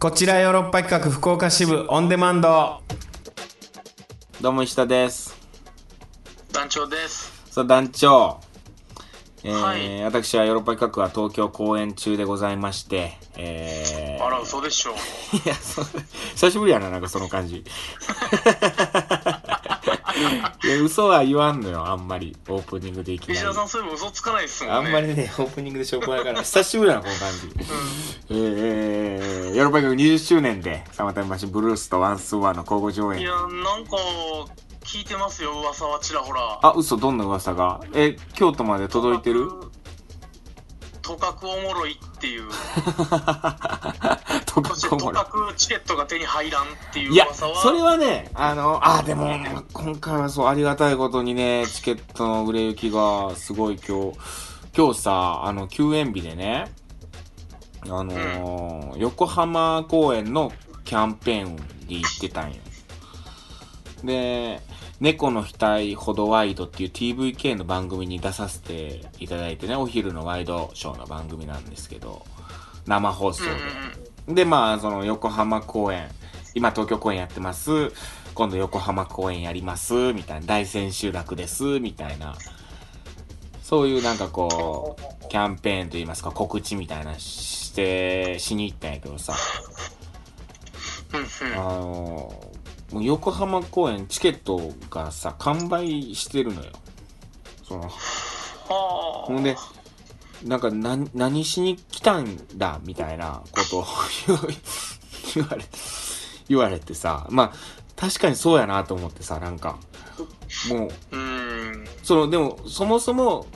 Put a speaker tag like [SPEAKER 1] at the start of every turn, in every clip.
[SPEAKER 1] こちらヨーロッパ企画福岡支部オンデマンドどうも石田です
[SPEAKER 2] 団長です。
[SPEAKER 1] さあ団長えー
[SPEAKER 2] はい
[SPEAKER 1] 私はヨーロッパ企画は東京公演中でございまして、えー
[SPEAKER 2] あら、嘘でしょう。
[SPEAKER 1] いや、そう久しぶりやな、なんかその感 じ。いや、嘘は言わんのよ、あんまり。オープニングでいき
[SPEAKER 2] 石
[SPEAKER 1] な
[SPEAKER 2] 田
[SPEAKER 1] り
[SPEAKER 2] さ。ん、そういえば嘘つかないっすも
[SPEAKER 1] あ
[SPEAKER 2] んね。
[SPEAKER 1] んまりね、オープニングでしょうがないから、久しぶりやな、この感じ。えーえー、ヨーロッパ企画20周年で、サマタイムマシンブルースとワンスーワンの交互上
[SPEAKER 2] うん。い
[SPEAKER 1] 演
[SPEAKER 2] や、。なんか、聞いてますよ、噂はちらほら。
[SPEAKER 1] あ、嘘、どんな噂がえ、京都まで届いてる
[SPEAKER 2] とかくおもろいって いう、
[SPEAKER 1] と
[SPEAKER 2] そ
[SPEAKER 1] か
[SPEAKER 2] して
[SPEAKER 1] こも
[SPEAKER 2] と
[SPEAKER 1] ら
[SPEAKER 2] かくチケットが手に入らんっていう
[SPEAKER 1] いや、
[SPEAKER 2] 噂は、
[SPEAKER 1] それはね、あの、あ、でも、今回はそう、ありがたいことにね、チケットの売れ行きが、すごい今日、今日さ、あの、休園日でね、あのー横浜公園のキャンペーンに行ってたんよ。で、猫の額ほどワイドっていう TVK の番組に出させていただいてね、お昼のワイドショーの番組なんですけど、生放送
[SPEAKER 2] うん
[SPEAKER 1] で。
[SPEAKER 2] うん
[SPEAKER 1] で、まあ、その横浜公演、今東京公演やってます、今度横浜公演やります、みたいな、大千秋楽です、みたいな、そういうなんかこう、キャンペーンといいますか、告知みたいなして、しに行ったんやけどさ、
[SPEAKER 2] うん、
[SPEAKER 1] あ
[SPEAKER 2] うんうん
[SPEAKER 1] の、もう横浜公演チケットがさ、完売してるのよ。その、
[SPEAKER 2] はあ
[SPEAKER 1] ほんで、なんか何、何しに来たんだ、みたいなことを 言わ言われ、言われてさ、まあ、確かにそうやなと思ってさ、なんか、もう、
[SPEAKER 2] うん、
[SPEAKER 1] その、でも、そもそも、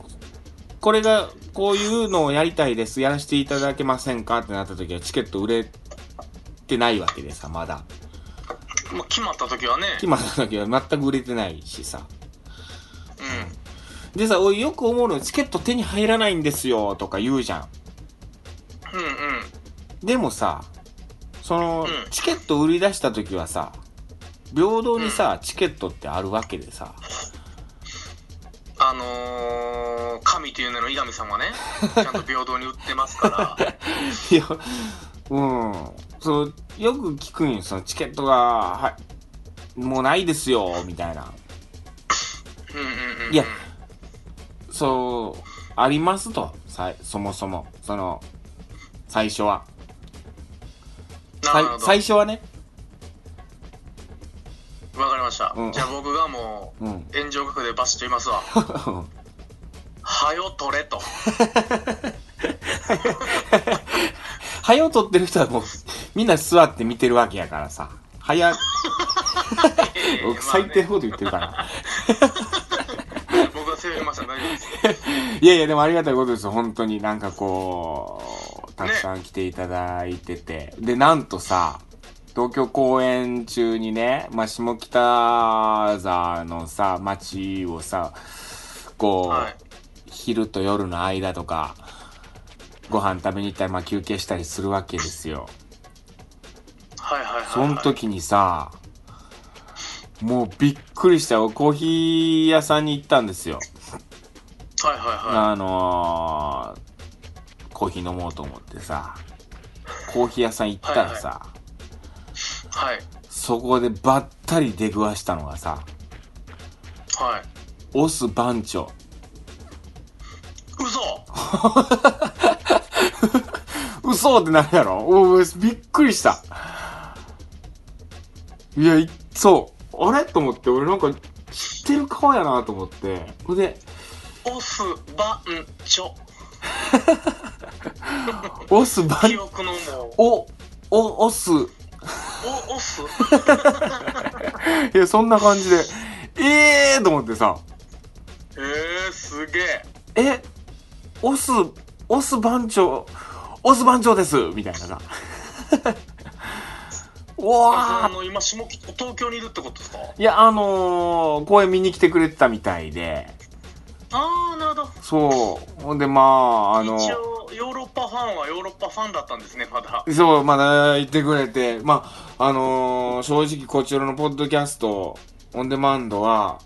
[SPEAKER 1] これが、こういうのをやりたいです、やらせていただけませんかってなった時は、チケット売れてないわけでさ、まだ。
[SPEAKER 2] まあ、決まった時はね、
[SPEAKER 1] 決まった時は全く売れてないしさ。
[SPEAKER 2] う
[SPEAKER 1] でさ、おい、よく思うのよチケット手に入らないんですよ、とか言うじゃん。
[SPEAKER 2] ん、うん、うん、
[SPEAKER 1] でもさ、その、
[SPEAKER 2] うん
[SPEAKER 1] チケット売り出した時はさ、平等にさ、チケットってあるわけでさ、
[SPEAKER 2] あのー、神という名の伊上さんはね、ちゃんと平等に売ってます から、
[SPEAKER 1] いや、うん、そう、よく聞くんよ、そのチケットが、はもうないですよ、みたいな。
[SPEAKER 2] うんうんうん、
[SPEAKER 1] いやそう、ありますと、さそもそも、その、最初は。
[SPEAKER 2] な
[SPEAKER 1] さい
[SPEAKER 2] るほど。
[SPEAKER 1] 最初はね、
[SPEAKER 2] わかりました、
[SPEAKER 1] うん
[SPEAKER 2] じゃあ僕がも。
[SPEAKER 1] うん
[SPEAKER 2] う炎上額でバシッと言いますわはよ取れと
[SPEAKER 1] 早を取ってる人はもう、みんな座って見てるわけやからさ、 早、僕最低な
[SPEAKER 2] ま
[SPEAKER 1] こと言ってるから。
[SPEAKER 2] あね僕は背負いました大丈夫です
[SPEAKER 1] いやいや、でもありがたいことですよ。本当になんかこう、たくさん来ていただいてて。で、なんとさ、東京公演中にね、まあ、下北沢のさ、街をさ、こう、
[SPEAKER 2] はい
[SPEAKER 1] 昼と夜の間とか、ご飯食べに行ったり、まあ、休憩したりするわけですよ。
[SPEAKER 2] はいはいはい、はい、
[SPEAKER 1] その時にさ、もうびっくりしたよ。コーヒー屋さんに行ったんですよ。
[SPEAKER 2] はいはいは
[SPEAKER 1] あのー、コーヒー飲もうと思ってさ、コーヒー屋さん行ったらさ、
[SPEAKER 2] いはい
[SPEAKER 1] そこでばったり出くわしたのがさ、
[SPEAKER 2] はい
[SPEAKER 1] オス番長。
[SPEAKER 2] 嘘
[SPEAKER 1] 嘘ってなるやろおーびっくりした。いや、いそう。あれと思って、俺なんか知ってる顔やなと思って。ほんで、
[SPEAKER 2] オスバンチョ
[SPEAKER 1] オス番
[SPEAKER 2] 記憶のもう
[SPEAKER 1] お、お、オス。い
[SPEAKER 2] おオス
[SPEAKER 1] や、そんな感じで、ええーと思ってさ、
[SPEAKER 2] えー、すげえ
[SPEAKER 1] え、オス、オス番長、オス番長ですみたいな さ。う
[SPEAKER 2] あ
[SPEAKER 1] わ
[SPEAKER 2] の今下北東京にいるってことですか
[SPEAKER 1] ーいや、あのー、公演見に来てくれてたみたいで、
[SPEAKER 2] ああなるほど、
[SPEAKER 1] そう。ほんで、まあ、あの、
[SPEAKER 2] 一応ヨーロッパファンはヨーロッパファンだったんですねまだ
[SPEAKER 1] そう、まだ言ってくれて、まあ、あのー、正直こちらのポッドキャスト、オンデマンドは、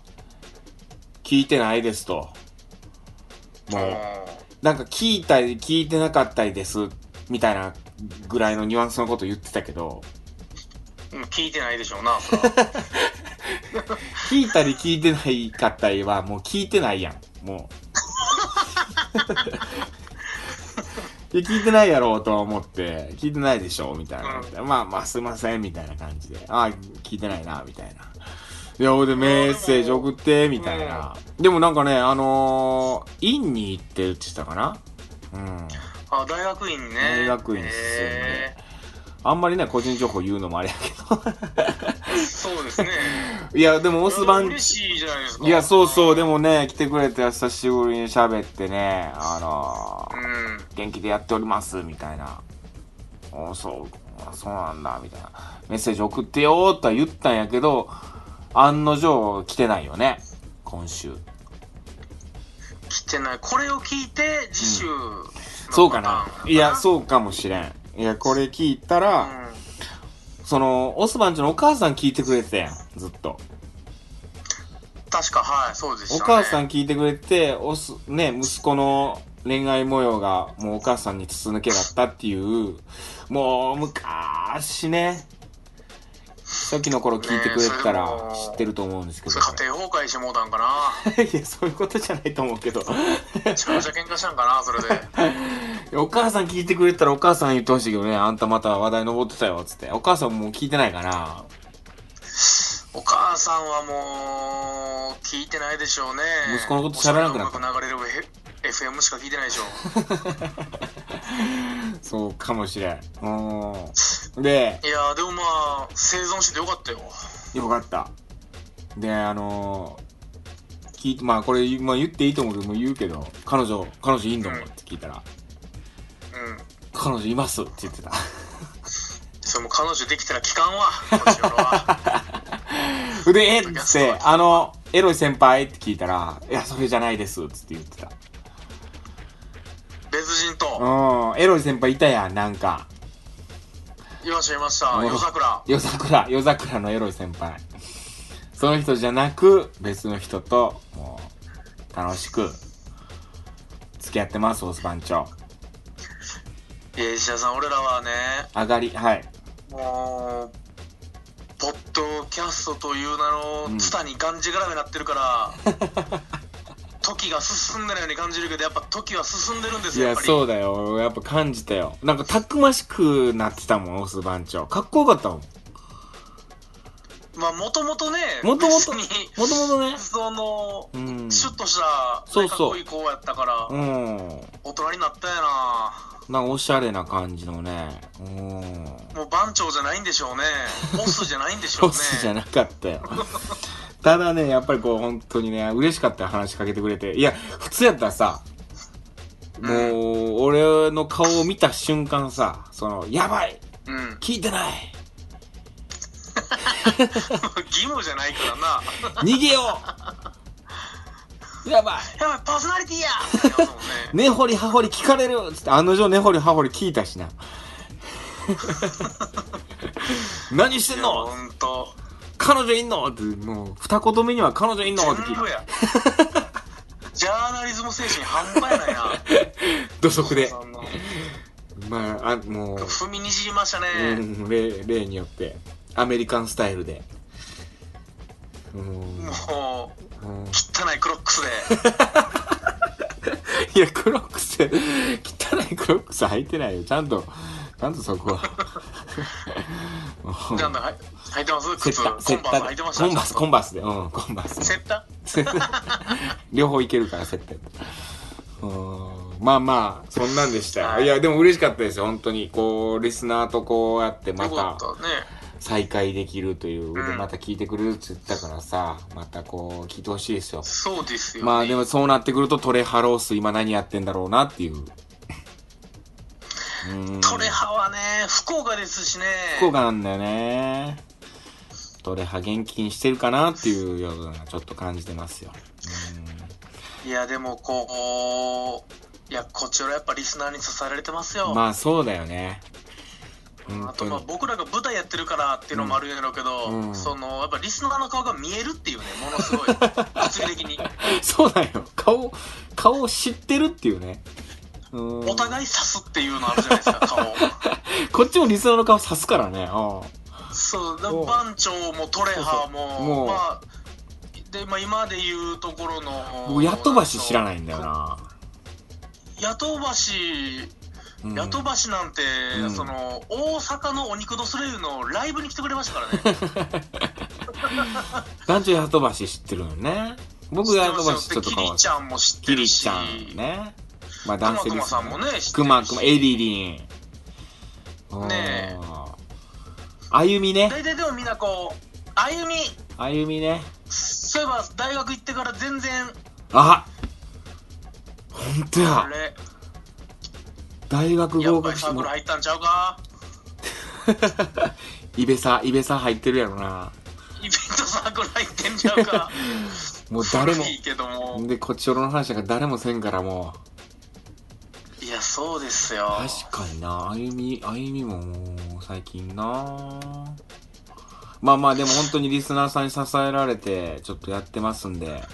[SPEAKER 1] 聞いてないですと。もう、
[SPEAKER 2] う
[SPEAKER 1] なんか聞いたり聞いてなかったりです、みたいなぐらいのニュアンスのこと言ってたけど、
[SPEAKER 2] うん聞いてないでしょうな、それは
[SPEAKER 1] 聞いたり聞いてないかったりは、もう聞いてないやん、もう。 いや聞いてないやろうとは思って、聞いてないでしょみたいな。まあまあ、すいません、みたいな感じで。ああ、聞いてないな、みたいな。いや、ほいでメッセージ送って、みたいな。でもなんかね、あのー、院に行ってるって言ってたかなうん。
[SPEAKER 2] あ、大学院ね。
[SPEAKER 1] 大学院っすよね
[SPEAKER 2] え
[SPEAKER 1] あんまりね、個人情報言うのもあれやけ
[SPEAKER 2] ーそうですね。
[SPEAKER 1] ど。い や、でも、オスバン
[SPEAKER 2] 嬉しいじゃないですか。
[SPEAKER 1] いや、そうそう、
[SPEAKER 2] で
[SPEAKER 1] でもね、来てくれて久しぶりに喋ってね、あの
[SPEAKER 2] う
[SPEAKER 1] ー
[SPEAKER 2] ん。
[SPEAKER 1] 元気でやっております、みたいな。おそう、あそうなんだ、みたいな。メッセージ送ってよーとは言ったんやけど、案の定来てないよね、今週。
[SPEAKER 2] 来てない。これを聞いて、次週、
[SPEAKER 1] そうかないや、
[SPEAKER 2] う。
[SPEAKER 1] そうかもしれん。いや、これ聞いたら、
[SPEAKER 2] ん
[SPEAKER 1] その、オスバンちのお母さん聞いてくれてたやん、ずっと。
[SPEAKER 2] 確か、はい、そうでした、
[SPEAKER 1] お
[SPEAKER 2] ね。
[SPEAKER 1] 母さ
[SPEAKER 2] ん。
[SPEAKER 1] ん聞いてくれて、おす、ね、息子の恋愛模様が、もうお母さんに筒抜けだったっていう、もう、昔ね、初期の頃聞いてくれてたら
[SPEAKER 2] ねえそれも
[SPEAKER 1] 知ってると思うんですけど、
[SPEAKER 2] 家庭崩壊してもうたんかな。
[SPEAKER 1] いや、そういうことじゃないと思うけど。
[SPEAKER 2] めちゃめちゃ喧嘩したんかな、それで。
[SPEAKER 1] お母さん聞いてくれてたらお母さんに言ってほしいけどね、あんたまた話題登ってたよ、つって。お母さんもう聞いてないかな。
[SPEAKER 2] お母さんはもう、聞いてないでしょうね。
[SPEAKER 1] 息子のこと喋らなくなった
[SPEAKER 2] おしゃれ音楽流れるへ FM しか聞いてないでしょう。
[SPEAKER 1] そうかもしれん。うん。で、
[SPEAKER 2] いやーでもまあ生存しててよかったよ
[SPEAKER 1] よかった。で、あのー、聞いて、まあこれ、まあ、言っていいと思うけど、もう言うけど、彼女、彼女いんの
[SPEAKER 2] うん
[SPEAKER 1] って聞いたら、
[SPEAKER 2] うん
[SPEAKER 1] 彼女いますって言ってた。
[SPEAKER 2] それも彼女できたら聞かんわこっちから は
[SPEAKER 1] で、えっつって、あの、エロい先輩って聞いたら、いや、それじゃないですっつって言ってた。
[SPEAKER 2] 別人と
[SPEAKER 1] うん、エロい先輩いたやん、なんか。
[SPEAKER 2] いらっしゃいました
[SPEAKER 1] うん
[SPEAKER 2] 夜桜
[SPEAKER 1] 夜桜、夜桜のエロい先輩。その人じゃなく、別の人と、もう、楽しく、付き合ってます、オス番長。
[SPEAKER 2] いや石田さん俺らはね
[SPEAKER 1] 上がり、はい。
[SPEAKER 2] もうポッドキャストという名
[SPEAKER 1] うん
[SPEAKER 2] のツタにがんじがらめになってるから、 時が進んでないように感じるけどやっぱ時は進んでるんです
[SPEAKER 1] い
[SPEAKER 2] よや
[SPEAKER 1] や、
[SPEAKER 2] っぱり
[SPEAKER 1] そうだよ。やっぱ感じたよ。なんかたくましくなってたもん、オス番長。かっこよかったもん。
[SPEAKER 2] まあもともとね
[SPEAKER 1] もとも
[SPEAKER 2] 別
[SPEAKER 1] と、も
[SPEAKER 2] に
[SPEAKER 1] ともとね。
[SPEAKER 2] その、
[SPEAKER 1] うん。
[SPEAKER 2] シュッとした
[SPEAKER 1] そ
[SPEAKER 2] か
[SPEAKER 1] う
[SPEAKER 2] っ
[SPEAKER 1] そう
[SPEAKER 2] こいい子やったから、
[SPEAKER 1] うん。
[SPEAKER 2] 大人になったやな
[SPEAKER 1] なんかおしゃれな感じのね。うん。
[SPEAKER 2] もう番長じゃないんで しょうね。ボスじゃないんでしょう
[SPEAKER 1] ロ
[SPEAKER 2] ね。
[SPEAKER 1] スじゃなかったよ。ただね、やっぱりこう、本当にね、嬉しかったよ話しかけてくれて。いや、普通やったらさ、もう、俺の顔を見た瞬間さ、その、やばい
[SPEAKER 2] うん。
[SPEAKER 1] 聞いてない
[SPEAKER 2] 義務じゃないからな。
[SPEAKER 1] 逃げよ うやばい
[SPEAKER 2] やばい、パーソナリティやってなるもんね。
[SPEAKER 1] 根掘り葉掘り聞かれるつって、案の定根掘り葉掘り聞いたし な。何してん
[SPEAKER 2] いや
[SPEAKER 1] の
[SPEAKER 2] ほんと。
[SPEAKER 1] 彼女いんのって、もう、二言目には彼女いんのって聞
[SPEAKER 2] 全
[SPEAKER 1] い
[SPEAKER 2] 部
[SPEAKER 1] た。
[SPEAKER 2] や。ジャーナリズム精神半端やないな。
[SPEAKER 1] 土足で。
[SPEAKER 2] そんな
[SPEAKER 1] まあ、あもう、
[SPEAKER 2] 踏みにじりましたね。
[SPEAKER 1] うん、例、例によって、アメリカンスタイルで。うん。
[SPEAKER 2] もう、
[SPEAKER 1] うん
[SPEAKER 2] 汚いクロックスで。
[SPEAKER 1] いや、クロックス、汚いクロックス履いてないよ。ちゃんと、ちゃんとそ こは。
[SPEAKER 2] なんだ、はい履いてます
[SPEAKER 1] セ
[SPEAKER 2] 靴。
[SPEAKER 1] ッ
[SPEAKER 2] コン
[SPEAKER 1] タ、
[SPEAKER 2] バース
[SPEAKER 1] セッタ
[SPEAKER 2] 履い
[SPEAKER 1] で。
[SPEAKER 2] てました
[SPEAKER 1] コンバース、コンバースで。うん、コンバース。
[SPEAKER 2] セッタ
[SPEAKER 1] 両方いけるから設定うーんまあまあそんなんでしたよ
[SPEAKER 2] はい
[SPEAKER 1] いやでも嬉しかったですよ本当にこうリスナーとこうやってま
[SPEAKER 2] よか
[SPEAKER 1] た
[SPEAKER 2] ったね。
[SPEAKER 1] 再会できるという、
[SPEAKER 2] うん
[SPEAKER 1] また聞いてくれるって言ったからさまたこう聞いてほしいですよ
[SPEAKER 2] そうですよ、ね。
[SPEAKER 1] まあでもそうなってくるとトレハロース今何やってんだろうなっていううーん
[SPEAKER 2] トレハはね、福岡ですしね。
[SPEAKER 1] 福岡なんだよねトレハ現金してるかなっていうようなちょっと感じてますよ
[SPEAKER 2] いや、でも、こう、いや、こちらやっぱリスナーに支えられてます
[SPEAKER 1] う
[SPEAKER 2] よ。
[SPEAKER 1] んまあそうだよね
[SPEAKER 2] あ、
[SPEAKER 1] 本
[SPEAKER 2] と、
[SPEAKER 1] 当
[SPEAKER 2] まあ、
[SPEAKER 1] に
[SPEAKER 2] 僕らが舞台やってるからっていうのもあるんやろうけど、
[SPEAKER 1] うんうん
[SPEAKER 2] その、やっぱリスナーの顔が見えるっていうね、も のすごい、物理的に。
[SPEAKER 1] そうだよ。顔、顔を知ってるっていうね。うん
[SPEAKER 2] お互い刺すっていうのあるじゃないですか、顔。
[SPEAKER 1] こっちもリスナーの顔刺すからね。あ
[SPEAKER 2] そう、だ
[SPEAKER 1] おう
[SPEAKER 2] 番長もトレハも、
[SPEAKER 1] そうそうもう
[SPEAKER 2] まあ、で、まあ、今で言うところの
[SPEAKER 1] あ。僕、ヤトバシ知らないんだよ
[SPEAKER 2] こ
[SPEAKER 1] な。
[SPEAKER 2] う。ヤトバシ、
[SPEAKER 1] うん
[SPEAKER 2] ヤトバシなんて、
[SPEAKER 1] うん
[SPEAKER 2] その、大阪のお肉ドスレイユのライブに来てくれましたからね。
[SPEAKER 1] 団長ヤトバシ知ってるのね。 僕、ヤトバシちょっと
[SPEAKER 2] キ
[SPEAKER 1] 変わ
[SPEAKER 2] リ
[SPEAKER 1] っ
[SPEAKER 2] ちゃんも知って
[SPEAKER 1] キ
[SPEAKER 2] る
[SPEAKER 1] リ
[SPEAKER 2] し、
[SPEAKER 1] ちゃんね。まあ、
[SPEAKER 2] く
[SPEAKER 1] 男
[SPEAKER 2] ま
[SPEAKER 1] 性
[SPEAKER 2] く
[SPEAKER 1] リ
[SPEAKER 2] ま
[SPEAKER 1] ス
[SPEAKER 2] さ
[SPEAKER 1] ナ
[SPEAKER 2] ん
[SPEAKER 1] ー
[SPEAKER 2] もね、知ってるし
[SPEAKER 1] くまくま、エリリン。
[SPEAKER 2] ねえ
[SPEAKER 1] あゆみね。
[SPEAKER 2] 大体でもみんなこう、歩み、
[SPEAKER 1] あゆみね。
[SPEAKER 2] そういえば大学行ってから全然、
[SPEAKER 1] あ本当
[SPEAKER 2] あ
[SPEAKER 1] や。
[SPEAKER 2] れ、
[SPEAKER 1] 大学
[SPEAKER 2] や
[SPEAKER 1] 合
[SPEAKER 2] っぱ
[SPEAKER 1] 格
[SPEAKER 2] り
[SPEAKER 1] し
[SPEAKER 2] サークル入ったんちゃうか
[SPEAKER 1] イベサ、イベサ入ってるやろな。
[SPEAKER 2] イベントサークル入ってんちゃうか
[SPEAKER 1] もう誰も
[SPEAKER 2] 古。いけども。
[SPEAKER 1] で、こっちおろの話なんか誰もせんからもう。
[SPEAKER 2] いや、そうですよ。
[SPEAKER 1] 確かにな。あゆみ、あゆみももう最近な。まあまあ、でも本当にリスナーさんに支えられて、ちょっとやってますんで。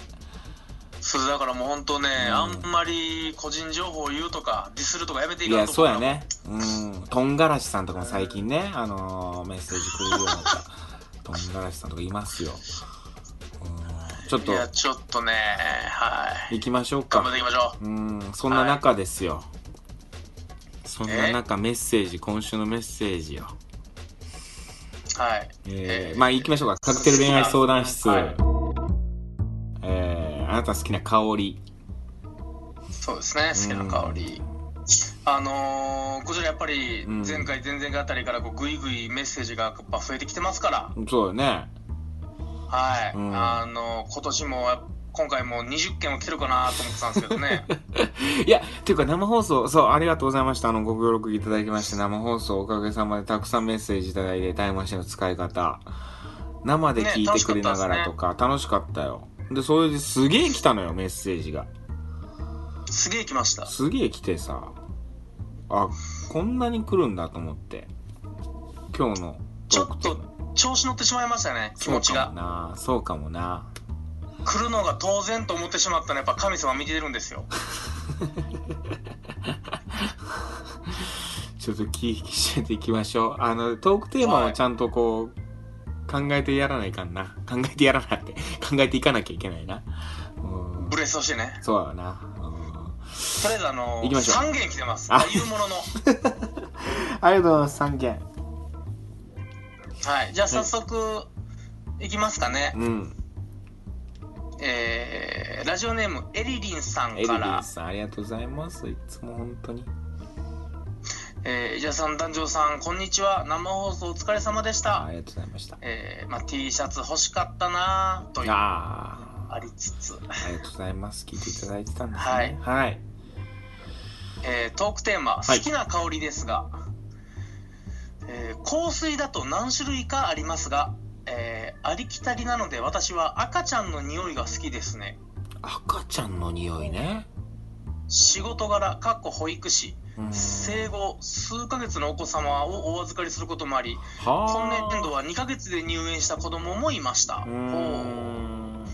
[SPEAKER 2] そうだからもう本当ね、
[SPEAKER 1] うん
[SPEAKER 2] あんまり個人情報を言うとか、ディスるとかやめてい
[SPEAKER 1] い
[SPEAKER 2] かん
[SPEAKER 1] や、
[SPEAKER 2] と
[SPEAKER 1] そうや。ね。うん。とんがらしさんとかも最近ね、あのーメッセージくれるようにな った。とんがらしさんとかいますよ。うん。ちょっ
[SPEAKER 2] い
[SPEAKER 1] と、
[SPEAKER 2] や、ちょっとね、はい。
[SPEAKER 1] 行きましょう
[SPEAKER 2] 頑張
[SPEAKER 1] か。
[SPEAKER 2] っていきましょ
[SPEAKER 1] うん。そんな中ですよ。そんな中、メッセージ、今週のメッセージよ。
[SPEAKER 2] う。はい。
[SPEAKER 1] え
[SPEAKER 2] え
[SPEAKER 1] ー、
[SPEAKER 2] ー
[SPEAKER 1] まあ行きましょうか。カクテル恋愛相談室。
[SPEAKER 2] はい
[SPEAKER 1] えー、あなた好きな香り。
[SPEAKER 2] そうですね、好きな香り。あのー、こちらやっぱり
[SPEAKER 1] うん
[SPEAKER 2] 前回、前々回あたりからこうぐいぐいメッセージがやっぱ増えてきてますから、
[SPEAKER 1] そうよね。
[SPEAKER 2] はい、
[SPEAKER 1] うん
[SPEAKER 2] あの今年も今回も20件は来てるかなと思ってたんですけど ね
[SPEAKER 1] いや、っていうか生放送、そう、ありがとうございました。あの、ご協力いただきまして、生放送おかげさまでたくさんメッセージいただいて、タイムマシンの使い方。生で聞いてくれながらとか、楽しかったよ。で、それですげえ来たのよ、メッセージが。
[SPEAKER 2] すげえ来ました
[SPEAKER 1] すげえ来てさ、あ、こんなに来るんだと思って。今日の
[SPEAKER 2] ち
[SPEAKER 1] ト
[SPEAKER 2] ょ
[SPEAKER 1] ーク
[SPEAKER 2] っと調子乗ってしまいましたね気
[SPEAKER 1] そ
[SPEAKER 2] 持
[SPEAKER 1] う
[SPEAKER 2] ち
[SPEAKER 1] かも
[SPEAKER 2] が
[SPEAKER 1] な、そうかもな。
[SPEAKER 2] 来るのが当然と思ってしまったのはやっぱ神様見てるんですよ
[SPEAKER 1] ちょっと気引き締めていきましょう。あの、トークテーマをちゃんとこう、考えてやらないかんな。考えてやらないって、 考えていかなきゃいけないな。うん
[SPEAKER 2] ブ。レスをしてね
[SPEAKER 1] そうだな。うん。
[SPEAKER 2] とりあえずあの
[SPEAKER 1] 行きましょう
[SPEAKER 2] 3件来てます
[SPEAKER 1] あ
[SPEAKER 2] 言う ものの
[SPEAKER 1] ありがとうございます、3件。
[SPEAKER 2] はいじゃあ早速いきますかね、
[SPEAKER 1] うん。
[SPEAKER 2] えー、ラジオネームエリリンさん
[SPEAKER 1] エリ
[SPEAKER 2] か
[SPEAKER 1] リン
[SPEAKER 2] ら
[SPEAKER 1] さん、ありがとうございます。いつも本当に。
[SPEAKER 2] えー、イジャさん団長さんこんにちは生放送お疲れ様でした
[SPEAKER 1] ありがとうございました。
[SPEAKER 2] えーまあ、T シャツ欲しかったなぁというあ
[SPEAKER 1] ああ。
[SPEAKER 2] りつつ、
[SPEAKER 1] ありがとうございます。聞いていただいてたんです
[SPEAKER 2] は
[SPEAKER 1] ね
[SPEAKER 2] い。
[SPEAKER 1] はい。
[SPEAKER 2] えートークテーマ「
[SPEAKER 1] はい
[SPEAKER 2] 好きな香り」ですが、えー香水だと何種類かありますが、えーありきたりなので私は赤ちゃんの匂いが好きですね
[SPEAKER 1] 赤ちゃんの匂いね。
[SPEAKER 2] 仕事柄かっこ保育士
[SPEAKER 1] うん
[SPEAKER 2] 生後数ヶ月のお子様をお預かりすることもあり今
[SPEAKER 1] は
[SPEAKER 2] 年度は2ヶ月で入園した子供もいました
[SPEAKER 1] あ。う
[SPEAKER 2] ほう
[SPEAKER 1] ーん。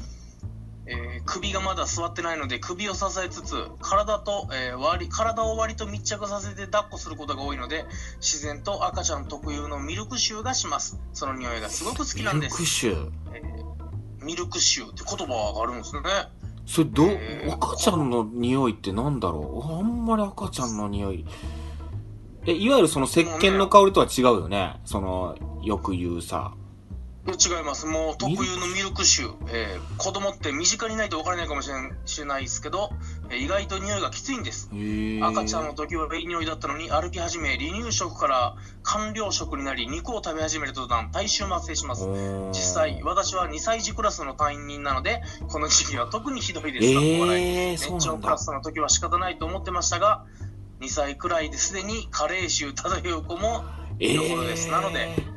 [SPEAKER 2] えー首がまだ座ってないので首を支えつつ体と、えー割り体を割と密着させて抱っこすることが多いので自然と赤ちゃん特有のミルク臭がしますその匂いがすごく好き
[SPEAKER 1] ミ
[SPEAKER 2] なんで
[SPEAKER 1] ルク
[SPEAKER 2] す
[SPEAKER 1] 臭。
[SPEAKER 2] ミルク臭って言葉があるんですね
[SPEAKER 1] それど、
[SPEAKER 2] えー
[SPEAKER 1] 赤ちゃんの匂いってなんだろうあんまり赤ちゃんの匂い。え、いわゆるその石鹸の香りとは違うよね。その、よく言うさ。
[SPEAKER 2] 違いますもう特有のミルク臭、えー子供って身近にないと分からないかもしれんしれないですけど、えー意外と匂いがきついんです
[SPEAKER 1] へー
[SPEAKER 2] 赤ちゃんの時はいい匂いだったのに歩き始め離乳食から完了食になり肉を食べ始めるとだん体臭も発生します
[SPEAKER 1] おー
[SPEAKER 2] 実際、私は2歳児クラスの担任なので、この時期は特にひどいです。学校笑い
[SPEAKER 1] えー、そう
[SPEAKER 2] 年
[SPEAKER 1] な
[SPEAKER 2] 長
[SPEAKER 1] ん
[SPEAKER 2] クラ
[SPEAKER 1] だ。
[SPEAKER 2] スの時は仕方ないと思ってましたが、2歳くらいですでに加齢臭漂う子も、
[SPEAKER 1] え
[SPEAKER 2] ところですなので
[SPEAKER 1] ー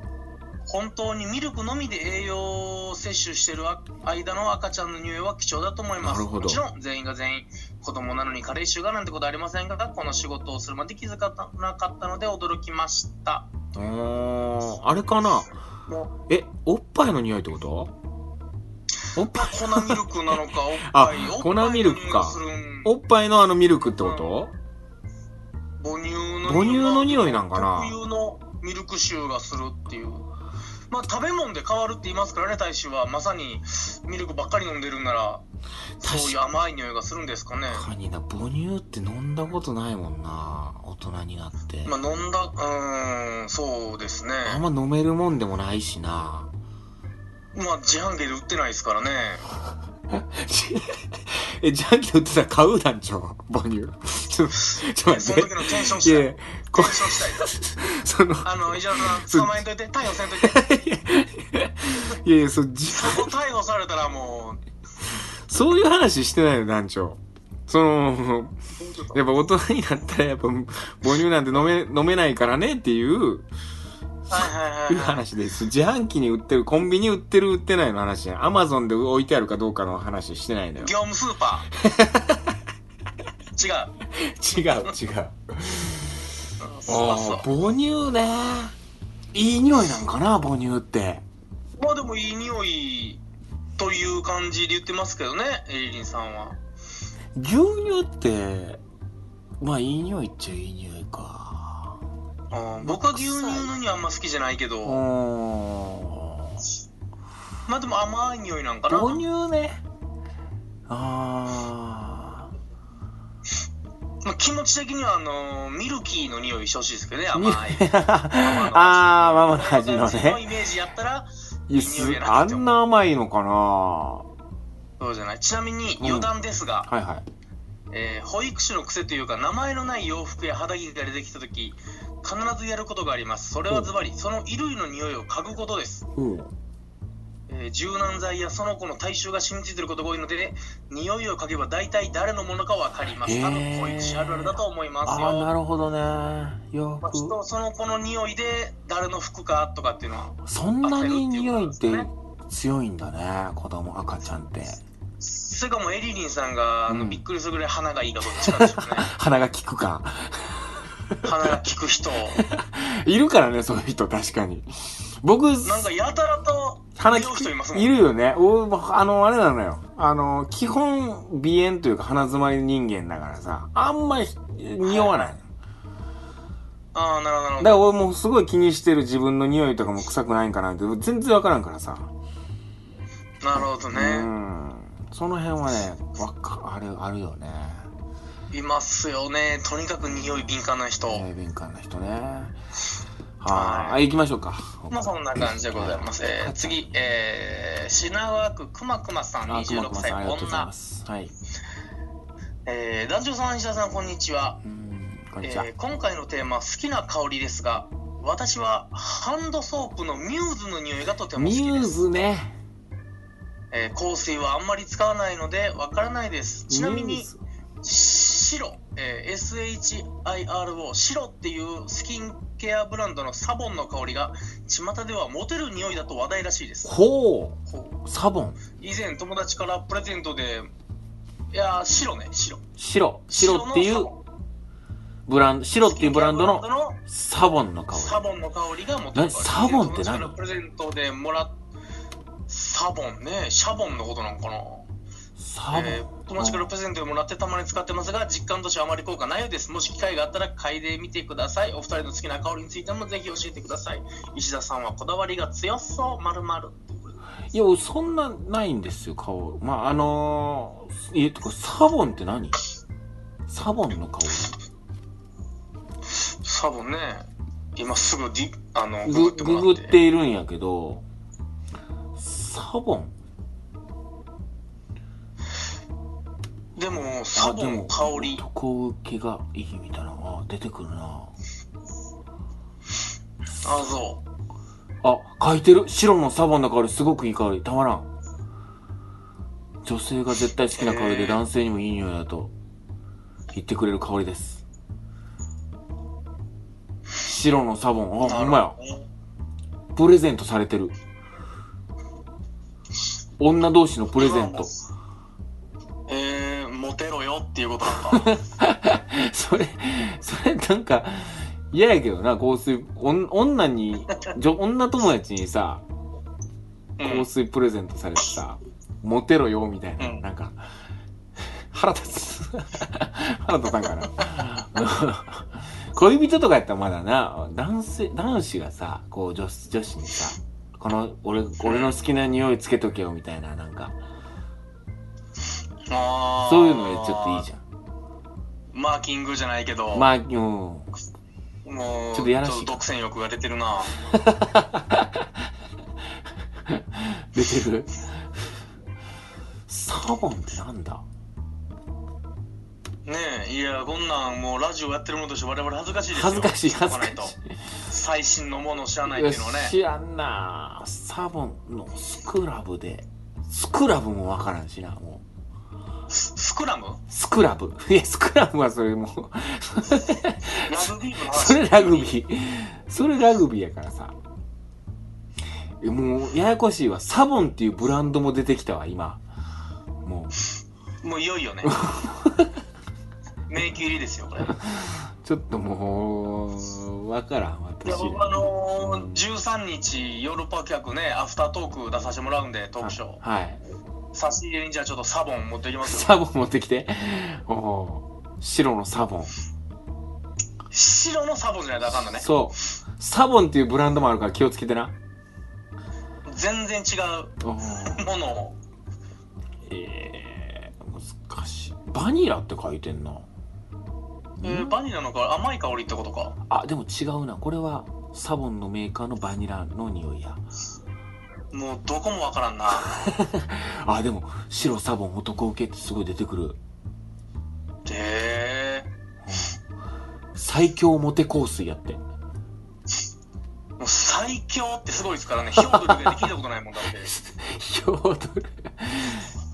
[SPEAKER 2] 本当にミルクのみで栄養を摂取している間の赤ちゃんの匂いは貴重だと思いま
[SPEAKER 1] な
[SPEAKER 2] す。
[SPEAKER 1] るほど
[SPEAKER 2] もちろん全員が全員子供なのに加齢臭がなんてことはありませんが、この仕事をするまで気づかなかったので驚きました。
[SPEAKER 1] あーあれかな
[SPEAKER 2] もう
[SPEAKER 1] え、おっぱいの匂いってことおっぱい、
[SPEAKER 2] 粉ミルクなのか、おっ
[SPEAKER 1] あ
[SPEAKER 2] ぱい、おっぱい
[SPEAKER 1] 粉ミルクか
[SPEAKER 2] の匂いがするん
[SPEAKER 1] おっぱいのあのミルクってこと
[SPEAKER 2] の
[SPEAKER 1] 母乳の
[SPEAKER 2] 匂い
[SPEAKER 1] 匂いなんか
[SPEAKER 2] が
[SPEAKER 1] な
[SPEAKER 2] 特有のミルク臭がするっていうまあ食べ物で変わるって言いますからね大使はまさにミルクばっかり飲んでるんならそういう甘い匂いがするんですかね
[SPEAKER 1] 確かにな母乳って飲んだことないもんな大人になって、
[SPEAKER 2] まあ飲んだうーんそうですね
[SPEAKER 1] あんま飲めるもんでもないしな
[SPEAKER 2] まあ自販機で売ってないですからね
[SPEAKER 1] えジャンキー売ってたら買う団長母乳 ちょちょっと待
[SPEAKER 2] その
[SPEAKER 1] っ
[SPEAKER 2] 時のテンション
[SPEAKER 1] て
[SPEAKER 2] し
[SPEAKER 1] い
[SPEAKER 2] た
[SPEAKER 1] や
[SPEAKER 2] い
[SPEAKER 1] い
[SPEAKER 2] テ
[SPEAKER 1] や
[SPEAKER 2] ン
[SPEAKER 1] こ
[SPEAKER 2] ションしたい
[SPEAKER 1] その
[SPEAKER 2] あの石原さ
[SPEAKER 1] そ
[SPEAKER 2] ん
[SPEAKER 1] う
[SPEAKER 2] 捕まえんといて逮捕せんといて
[SPEAKER 1] いやいやそうじ
[SPEAKER 2] そこ逮捕された らもう
[SPEAKER 1] そういう話してないよ団長そのやっぱ大人になったらやっぱ母乳なんて飲め飲めないからねっていう
[SPEAKER 2] はいはいいうはいはい
[SPEAKER 1] 話です。自販機に売ってる、コンビニ売ってる売ってないの話じゃん。アマゾンで置いてあるかどうかの話してないのよ。
[SPEAKER 2] 業務スーパ ー違
[SPEAKER 1] 違
[SPEAKER 2] う
[SPEAKER 1] う違う。
[SPEAKER 2] スーパ
[SPEAKER 1] あ
[SPEAKER 2] ース
[SPEAKER 1] あ
[SPEAKER 2] は
[SPEAKER 1] 母乳ね。いい匂いなんかな、母乳って。
[SPEAKER 2] まあでもいい匂いという感じで言ってますけどねエイリンさんは
[SPEAKER 1] 牛乳って、まあいい匂いっちゃいい匂いか。
[SPEAKER 2] うん僕は牛乳のにはあんま好きじゃないけ
[SPEAKER 1] う
[SPEAKER 2] ど
[SPEAKER 1] ーん。
[SPEAKER 2] まあでも甘い匂いなんかな
[SPEAKER 1] 母乳ね。あ
[SPEAKER 2] まあ、気持ち的にはあのーミルキーの匂いしてほしいですけどね
[SPEAKER 1] あ。
[SPEAKER 2] 甘い
[SPEAKER 1] ああ、ママの味の
[SPEAKER 2] イ
[SPEAKER 1] ね。
[SPEAKER 2] メージやったら
[SPEAKER 1] いやすあんな甘いのかな
[SPEAKER 2] そうじゃないちなみに
[SPEAKER 1] うん
[SPEAKER 2] 余談ですが、
[SPEAKER 1] はいはい。
[SPEAKER 2] えー保育士の癖というか名前のない洋服や肌着が出てきた時必ずやることがありますそれはズバリその衣類の匂いを嗅ぐことです、
[SPEAKER 1] うん。
[SPEAKER 2] えー柔軟剤やその子の体臭が染みついてることが多いので匂いを嗅げば大体誰のものか分かります多分
[SPEAKER 1] へー
[SPEAKER 2] 保育士あるあるだと思います
[SPEAKER 1] ああ、な
[SPEAKER 2] よ
[SPEAKER 1] るほどね。洋
[SPEAKER 2] まあ、ちょっ
[SPEAKER 1] 服。
[SPEAKER 2] とその子の匂いで誰の服かとかっていうのは
[SPEAKER 1] そんなに匂いっ
[SPEAKER 2] 当
[SPEAKER 1] て
[SPEAKER 2] たるっていう
[SPEAKER 1] 強いんだね。子供、赤ちゃんって。
[SPEAKER 2] それかもうエリリンさんが、あの
[SPEAKER 1] うん
[SPEAKER 2] びっくりするぐらい鼻がいいかどっちかでしょうね
[SPEAKER 1] 鼻が効くか。
[SPEAKER 2] 鼻が利く人
[SPEAKER 1] いるからね、そういう人、確かに。僕、
[SPEAKER 2] なんかやたらと
[SPEAKER 1] 鼻
[SPEAKER 2] 利
[SPEAKER 1] 効
[SPEAKER 2] く人います
[SPEAKER 1] く、
[SPEAKER 2] もん
[SPEAKER 1] いるよね。おあの、あれなのよ。あの、基本、鼻炎というか鼻詰まり人間だからさ、あんまり匂わない。
[SPEAKER 2] ああなるほどな
[SPEAKER 1] だか
[SPEAKER 2] るほど
[SPEAKER 1] ら俺もうすごい気にしてる自分の匂いとかも臭くないんかなって、全然わからんからさ。
[SPEAKER 2] なるほどね、
[SPEAKER 1] うん。その辺はね、わか、ある、あるよね。
[SPEAKER 2] いますよねとにかく匂い敏感な人、
[SPEAKER 1] ね敏感な人ね。
[SPEAKER 2] は
[SPEAKER 1] はいい。あ、行きましょうか。
[SPEAKER 2] まあそんな感じでございます、えー次、えー品川区くまくまさん
[SPEAKER 1] あ、くまく
[SPEAKER 2] 26
[SPEAKER 1] ま
[SPEAKER 2] 歳
[SPEAKER 1] さん、ありがとうござい
[SPEAKER 2] 女
[SPEAKER 1] ま、す。はい。
[SPEAKER 2] えー、男女さん石田さんこんにちは
[SPEAKER 1] うん、こんにちは。
[SPEAKER 2] えー今回のテーマ「好きな香り」ですが私はハンドソープのミューズの匂いがとても好
[SPEAKER 1] ミ
[SPEAKER 2] きです
[SPEAKER 1] ューズね。
[SPEAKER 2] えー香水はあんまり使わないのでわからないですちな
[SPEAKER 1] ミ
[SPEAKER 2] み
[SPEAKER 1] ュー
[SPEAKER 2] に
[SPEAKER 1] ズ
[SPEAKER 2] 白、えー SHIRO 白っていうスキンケアブランドのサボンの香りが巷ではモテる匂いだと話題らしいです
[SPEAKER 1] ほ
[SPEAKER 2] こう
[SPEAKER 1] う。サボン。
[SPEAKER 2] 以前友達からプレゼントでいやー白ね白
[SPEAKER 1] 白。白ってい
[SPEAKER 2] のサ
[SPEAKER 1] う
[SPEAKER 2] ボン
[SPEAKER 1] ブランド、白っていうブランド
[SPEAKER 2] スキ
[SPEAKER 1] の
[SPEAKER 2] ンケアブラン
[SPEAKER 1] サボンの香り。
[SPEAKER 2] サボンの香りがモテ
[SPEAKER 1] なサボンって何
[SPEAKER 2] 友達からプレゼントでもらっサボンねシャボンのことなんかな
[SPEAKER 1] サ
[SPEAKER 2] え
[SPEAKER 1] ボ
[SPEAKER 2] ー
[SPEAKER 1] ン。
[SPEAKER 2] 友達からプレゼントでもらってたまに使ってますが実感としてはあまり効果ないようですもし機会があったら嗅いでみてくださいお二人の好きな香りについてもぜひ教えてください石田さんはこだわりが強そうまるまる
[SPEAKER 1] いや、そんなないんですよ、顔。まあ、あのー、え、とか、サボンって何サボンの香
[SPEAKER 2] サボンね今すぐディあの
[SPEAKER 1] り。ぐ
[SPEAKER 2] ググってもらっ
[SPEAKER 1] グ
[SPEAKER 2] て
[SPEAKER 1] っているんやけど、サボン
[SPEAKER 2] でもサボンの香り
[SPEAKER 1] 男受けがいいみたいなのが出てくるな
[SPEAKER 2] あそ
[SPEAKER 1] あ書いてる白のサボンの香りすごくいい香りたまらん女性が絶対好きな香り
[SPEAKER 2] へ
[SPEAKER 1] で
[SPEAKER 2] ー
[SPEAKER 1] 男性にもいい匂いだと言ってくれる香りです白のサボン
[SPEAKER 2] う
[SPEAKER 1] あほんまやプレゼントされてる女同士のプレゼント
[SPEAKER 2] えー、モテろよっていうこと なんだ
[SPEAKER 1] それそれなんか嫌やけどな香水おん女に女女友達にさ
[SPEAKER 2] うん
[SPEAKER 1] 香水プレゼントされてさ、モテろよ、みたいな、
[SPEAKER 2] うん
[SPEAKER 1] なんか、 腹立つ。腹立たんかな。 恋人とかやったらまだな、男性、男子がさ、こう女子、女子にさ、この、俺、俺の好きな匂いつけとけよみたいな、なんか、
[SPEAKER 2] あー
[SPEAKER 1] そういうのちょっといいじゃん。
[SPEAKER 2] マーキングじゃないけど、
[SPEAKER 1] まあ、うん。
[SPEAKER 2] もう
[SPEAKER 1] ちょっとやらしい
[SPEAKER 2] ちょっと独占欲が出てるな
[SPEAKER 1] 出てるサボンってなんだ
[SPEAKER 2] ねえいやこんなんもうラジオやってるものとして我々恥ずかしいですよ
[SPEAKER 1] 恥ずかしい、
[SPEAKER 2] 知っと
[SPEAKER 1] 恥ず
[SPEAKER 2] ないと
[SPEAKER 1] かしい。
[SPEAKER 2] 最新のものを知らないっていうのはね
[SPEAKER 1] や知らんなサボンのスクラブでスクラブもわからんしなもう
[SPEAKER 2] ススクラム
[SPEAKER 1] スクラブ いやスクラブはそれもう
[SPEAKER 2] ラグビー部の話
[SPEAKER 1] それラグビーそれラグビーやからさいやもうややこしいわサボンっていうブランドも出てきたわ今もう
[SPEAKER 2] もういよい よね迷宮入りですよこれ
[SPEAKER 1] ちょっともうわからん
[SPEAKER 2] いや
[SPEAKER 1] 私
[SPEAKER 2] 僕あのー、13日ヨーロッパ客ねアフタートーク出させてもらうんでトークショー
[SPEAKER 1] はい
[SPEAKER 2] 差し入れにじゃあちょっとサボン持ってきます よ
[SPEAKER 1] サボン持ってきておおー白のサボン
[SPEAKER 2] 白のサボンじゃないとあかんのね
[SPEAKER 1] そうサボンっていうブランドもあるから気をつけてな
[SPEAKER 2] 全然違う
[SPEAKER 1] おー
[SPEAKER 2] ものを
[SPEAKER 1] えー、難しい。バニラって書いてんな。
[SPEAKER 2] えーバニラのか甘い香りってことか
[SPEAKER 1] あ、でも違うな。これはサボンのメーカーのバニラの匂いや。
[SPEAKER 2] もうどこもわから んな
[SPEAKER 1] あ、でも白サボン男受けってすごい出てくる。
[SPEAKER 2] で
[SPEAKER 1] 最強モテ香水やって。
[SPEAKER 2] もう最強ってすごいですからねヒョウドルで聞いたことないもん だって
[SPEAKER 1] ヒョードル。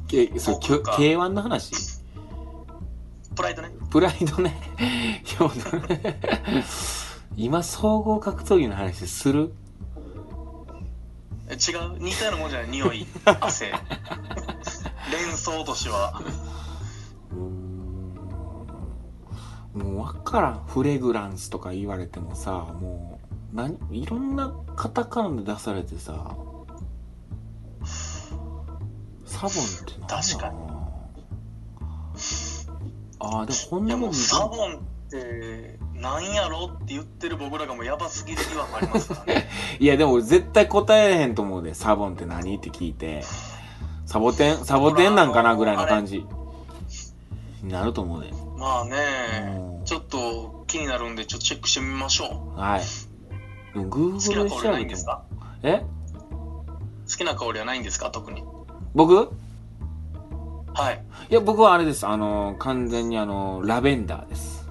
[SPEAKER 1] け、そう、きょ K1 の話
[SPEAKER 2] プライドね
[SPEAKER 1] プライドね。ヒョードル。今、総合格闘技の話する
[SPEAKER 2] え違う似たようなもんじゃない匂 い汗 連想としては
[SPEAKER 1] うーんもう分からんフレグランスとか言われてもさもう何いろんなカタカナで出されてさサボンって何だ
[SPEAKER 2] 確かに
[SPEAKER 1] ああでもほん
[SPEAKER 2] いや
[SPEAKER 1] の
[SPEAKER 2] もうサボンってなんやろって言ってる僕らがもうやばすぎる疑惑ありますから ね
[SPEAKER 1] いやでも俺絶対答えれへんと思うでサボンって何って聞いてサボテンサボテンなんかなぐらいの感じになると思うで
[SPEAKER 2] まあね
[SPEAKER 1] うん
[SPEAKER 2] ちょっと気になるんでちょっとチェックしてみましょ
[SPEAKER 1] はいでも
[SPEAKER 2] う好き
[SPEAKER 1] Google
[SPEAKER 2] な
[SPEAKER 1] で
[SPEAKER 2] 香
[SPEAKER 1] 調
[SPEAKER 2] りはない
[SPEAKER 1] べ
[SPEAKER 2] ん
[SPEAKER 1] て
[SPEAKER 2] です
[SPEAKER 1] も
[SPEAKER 2] か
[SPEAKER 1] え
[SPEAKER 2] 好きな香りはないんですか特に
[SPEAKER 1] 僕
[SPEAKER 2] はい
[SPEAKER 1] いや、僕はあれです。あの、完全にあの、ラベンダーです。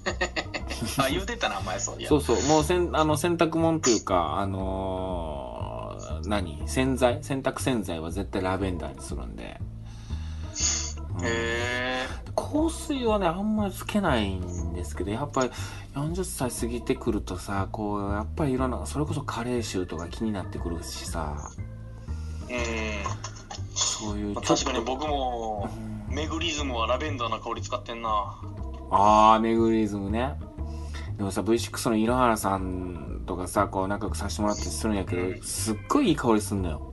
[SPEAKER 2] あ言うてたな前そういや
[SPEAKER 1] そうそう。もうせん、あの、洗濯物というか、あのー何洗剤洗濯洗剤は絶対ラベンダーにするんで。うん
[SPEAKER 2] へえ
[SPEAKER 1] 香水はね、あんまりつけないんですけど、やっぱり40歳過ぎてくるとさ、こう、やっぱりいろんな、それこそカレー臭とか気になってくるしさ、
[SPEAKER 2] うん
[SPEAKER 1] そういう
[SPEAKER 2] まあ
[SPEAKER 1] ちょっ
[SPEAKER 2] 確
[SPEAKER 1] と
[SPEAKER 2] かに僕も
[SPEAKER 1] うん
[SPEAKER 2] メグリズムはラベンダーな香り使ってんな
[SPEAKER 1] あー、メグリズムね。でもさ、V6 の井ノ原さんとかさ、こう仲良くさせてもらってするんやけ
[SPEAKER 2] うん
[SPEAKER 1] ど、すっごいいい香りすんのよ。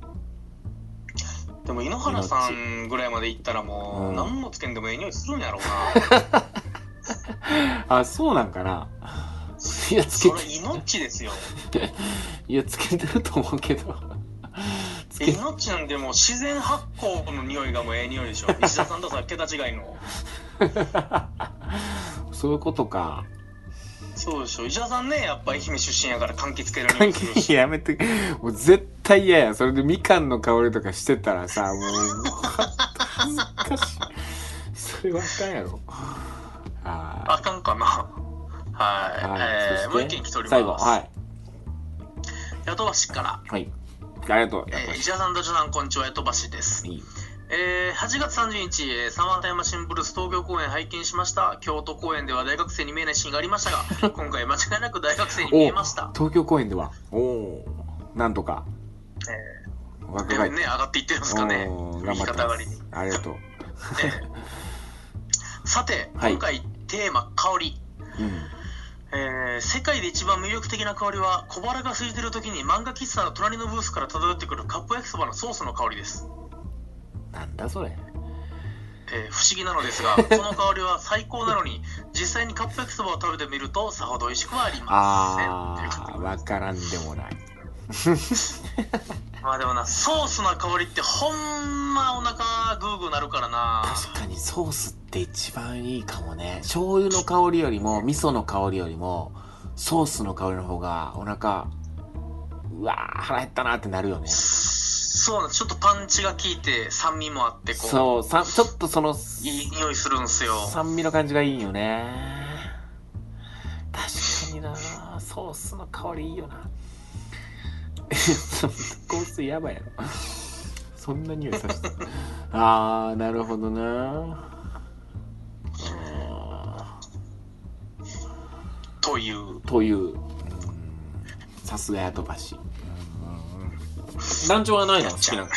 [SPEAKER 2] でも井ノ原さんぐらいまで行ったらも
[SPEAKER 1] う
[SPEAKER 2] うん何もつけんでもええ匂いするんやろうな
[SPEAKER 1] あ、そうなんかないや、 つけ
[SPEAKER 2] そ
[SPEAKER 1] て
[SPEAKER 2] れ、命ですよ
[SPEAKER 1] いや、つけてると思うけど。つけ、
[SPEAKER 2] 命なんでもう自然発酵の匂いがもうええ匂い でしょ石田さんとさ桁違いの
[SPEAKER 1] そういうことか。
[SPEAKER 2] そうでしょ石田さんねやっぱ愛媛出身やから柑橘系の匂いするし
[SPEAKER 1] やめて。もう絶対嫌や。それでみかんの香りとかしてたらさ、もう、恥ずかしい。それはあかんやろ。は。、
[SPEAKER 2] あかんかなはいえーもう一件来ております
[SPEAKER 1] 最後、はい。
[SPEAKER 2] ヤトバシから、
[SPEAKER 1] はい。ありがとう。
[SPEAKER 2] え
[SPEAKER 1] やっぱ
[SPEAKER 2] ー、
[SPEAKER 1] り
[SPEAKER 2] 石田さんとジョナンこんにちはヤトバシです
[SPEAKER 1] いい
[SPEAKER 2] えー8月30日、えーサマータイムマシンブルース東京公演拝見しました京都公演では大学生に見えないシーンがありましたが 今回間違いなく大学生に見えました
[SPEAKER 1] 東京公演では、おおー、なんとか。若
[SPEAKER 2] レ
[SPEAKER 1] 返
[SPEAKER 2] ベ
[SPEAKER 1] っ
[SPEAKER 2] ル
[SPEAKER 1] て
[SPEAKER 2] ね上がっていってるんですかね
[SPEAKER 1] おー頑
[SPEAKER 2] 右
[SPEAKER 1] 張って
[SPEAKER 2] 肩上
[SPEAKER 1] ま
[SPEAKER 2] がりに
[SPEAKER 1] す。ありがとう。
[SPEAKER 2] さて
[SPEAKER 1] はい
[SPEAKER 2] 今回、テーマ「香り」えー世界で一番魅力的な香りは小腹が空いてる時に漫画喫茶の隣のブースから漂ってくるカップ焼きそばのソースの香りです
[SPEAKER 1] うん。なんだそれ。
[SPEAKER 2] えー不思議なのです がこの香りは最高なのに実際にカップ焼きそばを食べてみるとさほど美味しくはありません
[SPEAKER 1] あ
[SPEAKER 2] という
[SPEAKER 1] あ、
[SPEAKER 2] ことで
[SPEAKER 1] わからんでもない。
[SPEAKER 2] まあでもなソースの香りってほんまお腹グーグーなるからな
[SPEAKER 1] 確かにソースって一番いいかもね。醤油の香りよりも、味噌の香りよりも、ソースの香りの方が、お腹、うわー、腹減ったなってなるよね。
[SPEAKER 2] そうなんちょっとパンチが効いて酸味もあってこう
[SPEAKER 1] そう、さ、ちょっとその、
[SPEAKER 2] いい匂いするんすよ
[SPEAKER 1] 酸味の感じがいいよね。確かになソースの香りいいよな。 香水やばいやろ。そんな匂いさせて。あー、なるほどなあ
[SPEAKER 2] という
[SPEAKER 1] ーという、うんさすがやとばし。団長はないの好きなの。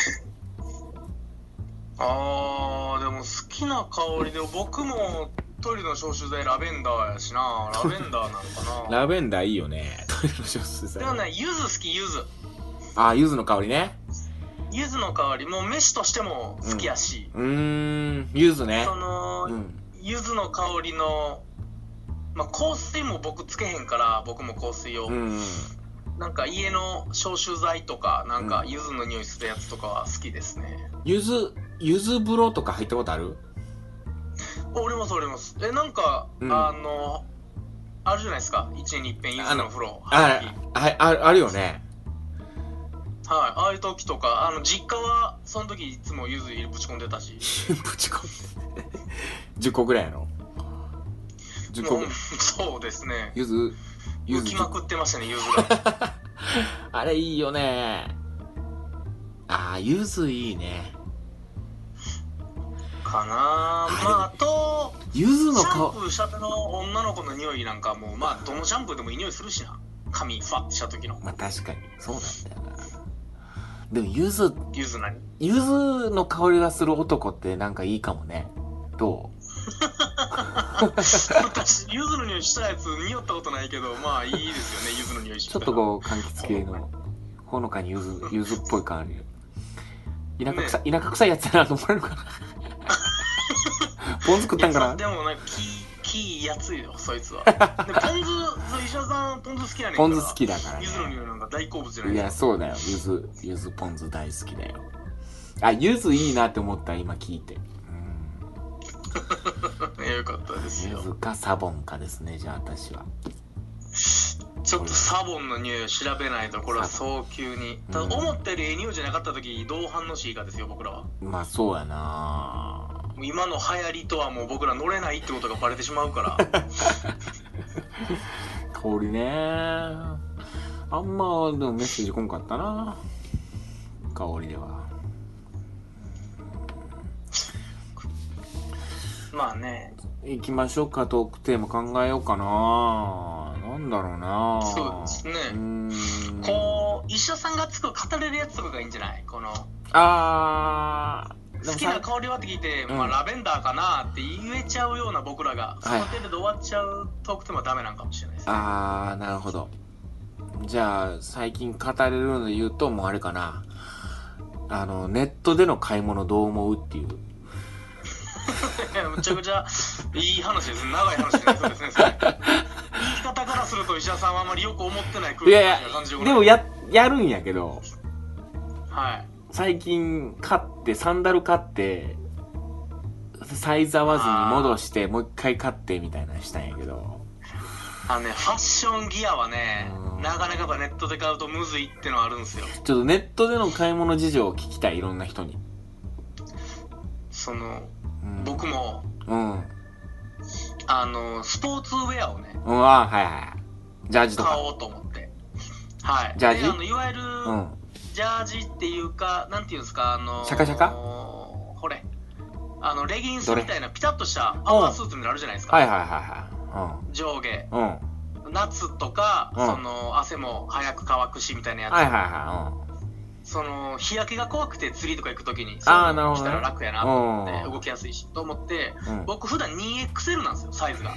[SPEAKER 2] あーでも好きな香りで僕もトイレの消臭剤ラベンダーやしなラベンダーなのかな
[SPEAKER 1] ラベンダーいいよね。トイレの消臭剤
[SPEAKER 2] でもね柚子好き柚子
[SPEAKER 1] あー、柚子の香りね。
[SPEAKER 2] 柚子の香りもう飯としても好きやし、
[SPEAKER 1] うーん、柚子ね
[SPEAKER 2] そ。の、
[SPEAKER 1] うん。
[SPEAKER 2] 柚子の香りの、まあ、香水も僕つけへんから僕も香水を、
[SPEAKER 1] うん。
[SPEAKER 2] なんか家の消臭剤とかなんか
[SPEAKER 1] うん
[SPEAKER 2] 柚子の匂いするやつとかは好きですね、
[SPEAKER 1] ゆず、ゆず風呂とか入ったことある
[SPEAKER 2] 俺もそう俺もそうえなんか、
[SPEAKER 1] うん
[SPEAKER 2] あのあるじゃないですか一年に一遍柚子の風呂
[SPEAKER 1] あ
[SPEAKER 2] はい、
[SPEAKER 1] あ、ああるよね。
[SPEAKER 2] ああいう時とかあの実家はその時いつも柚子入れぶち込んでたし
[SPEAKER 1] ぶち込んで。10個ぐらいやろ。10個ぐ
[SPEAKER 2] も
[SPEAKER 1] ら
[SPEAKER 2] う
[SPEAKER 1] い。
[SPEAKER 2] そうですね
[SPEAKER 1] ゆず、ゆ
[SPEAKER 2] 浮
[SPEAKER 1] ず
[SPEAKER 2] き。まくってましたね柚子が
[SPEAKER 1] あれいいよね。ああ、ゆずいいね。
[SPEAKER 2] かなまああと
[SPEAKER 1] ゆずの
[SPEAKER 2] シャンプ
[SPEAKER 1] 香、
[SPEAKER 2] ーしたての女の子の匂いなんかもうまあどのシャンプーでもいい匂いするしな髪ファッした時の
[SPEAKER 1] まあ確かに、そうなんだよな。でもゆず、
[SPEAKER 2] ゆずな に
[SPEAKER 1] ゆずの香りがする男ってなんかいいかもね。どう
[SPEAKER 2] 私ゆずの匂いしたやつ匂ったことないけどまあいいですよねゆずの匂いし
[SPEAKER 1] ちょっとこう、柑橘系の、ほのかにゆず、ゆずっぽい感じ。田舎臭い、田舎臭いやつやなと思われる かな。ポン酢食ったんか
[SPEAKER 2] いや
[SPEAKER 1] な
[SPEAKER 2] でもなんか気気いやつよそ いつはでポン酢そう石田さんポン酢好きやねん
[SPEAKER 1] ポン酢好きだから
[SPEAKER 2] ゆずの
[SPEAKER 1] ね。
[SPEAKER 2] 匂いなんか大好物じゃない
[SPEAKER 1] い
[SPEAKER 2] で
[SPEAKER 1] や、
[SPEAKER 2] す
[SPEAKER 1] そうだよ。ゆず、ゆずポン酢大好きだよ。あ、ゆずいいなって思った、今聞いて。うん
[SPEAKER 2] かいやよかったです
[SPEAKER 1] ゆ
[SPEAKER 2] よ
[SPEAKER 1] ずかサボンかですね、じゃあ私は。
[SPEAKER 2] ちょっとサボンの匂いを調べないとこれは早急にただ
[SPEAKER 1] うん
[SPEAKER 2] 思ったよりええ匂いじゃなかった時どう反応していいかですよ僕らは
[SPEAKER 1] まあ、そうやな
[SPEAKER 2] もう今の流行りとはもう僕ら乗れないってことがバレてしまうから
[SPEAKER 1] 香りねあんま、でもメッセージ来んかったな香りでは。
[SPEAKER 2] まあね
[SPEAKER 1] 行きましょうか、トークテーマ考えようかな。なんだろうな。
[SPEAKER 2] そうですね
[SPEAKER 1] うーん。
[SPEAKER 2] こう石田さんがつく語れるやつとかがいいんじゃないこの
[SPEAKER 1] あー、で
[SPEAKER 2] 好
[SPEAKER 1] も
[SPEAKER 2] き
[SPEAKER 1] さ
[SPEAKER 2] な香りはって聞いて、
[SPEAKER 1] うん
[SPEAKER 2] まあ、ラベンダーかなって言えちゃうような僕らが、
[SPEAKER 1] はい
[SPEAKER 2] その程度で終わっちゃうトークテーマはダメなんかもしれないですね
[SPEAKER 1] あー、なるほど。じゃあ、最近語れるので言うと、もうあれかな。あの、ネットでの買い物どう思うっていう。
[SPEAKER 2] むちゃくちゃいい話ですね長い話になりそうです ねそれ言い方からすると石田さんはあまりよく思ってない
[SPEAKER 1] い
[SPEAKER 2] 空気
[SPEAKER 1] やい
[SPEAKER 2] な感じ
[SPEAKER 1] や、
[SPEAKER 2] が
[SPEAKER 1] でもや、やるんやけど、
[SPEAKER 2] はい
[SPEAKER 1] 最近買って、サンダル買って、サイズ合わずに戻して、もう一回買ってみたいなのしたんやけど。
[SPEAKER 2] あのねファッションギアはね
[SPEAKER 1] うん
[SPEAKER 2] なかなかやっぱネットで買うとむずいってのはあるんですよ
[SPEAKER 1] ちょっとネットでの買い物事情を聞きたい、いろんな人に。
[SPEAKER 2] その
[SPEAKER 1] うん、
[SPEAKER 2] 僕も
[SPEAKER 1] うん。うん、
[SPEAKER 2] あのスポーツウェアをね
[SPEAKER 1] あはいはい。ジャージと
[SPEAKER 2] 買
[SPEAKER 1] か。
[SPEAKER 2] おうと思ってはい
[SPEAKER 1] ジャージ
[SPEAKER 2] であのいわゆる、
[SPEAKER 1] うん。
[SPEAKER 2] ジャージっていうか、なんていうんですか、あのー
[SPEAKER 1] シャカシャカ
[SPEAKER 2] これ、あの、レギンス
[SPEAKER 1] どれ
[SPEAKER 2] みたいな、ピタッとしたアパースーツみたいなのあるじゃないですか。
[SPEAKER 1] はいはいは
[SPEAKER 2] 上下。
[SPEAKER 1] いはい。うん。うん。
[SPEAKER 2] 夏とか、
[SPEAKER 1] うん
[SPEAKER 2] その、汗も早く乾くしみたいなやつ。
[SPEAKER 1] はいはいは
[SPEAKER 2] その、日焼けが怖くて釣りとか行くときに、
[SPEAKER 1] あー
[SPEAKER 2] そういう
[SPEAKER 1] なるほどね
[SPEAKER 2] の着たら楽やなと思って、
[SPEAKER 1] うん
[SPEAKER 2] 動きやすいし、と思って、
[SPEAKER 1] い。うん。
[SPEAKER 2] 僕普段 2XL なんですよ、サイズが。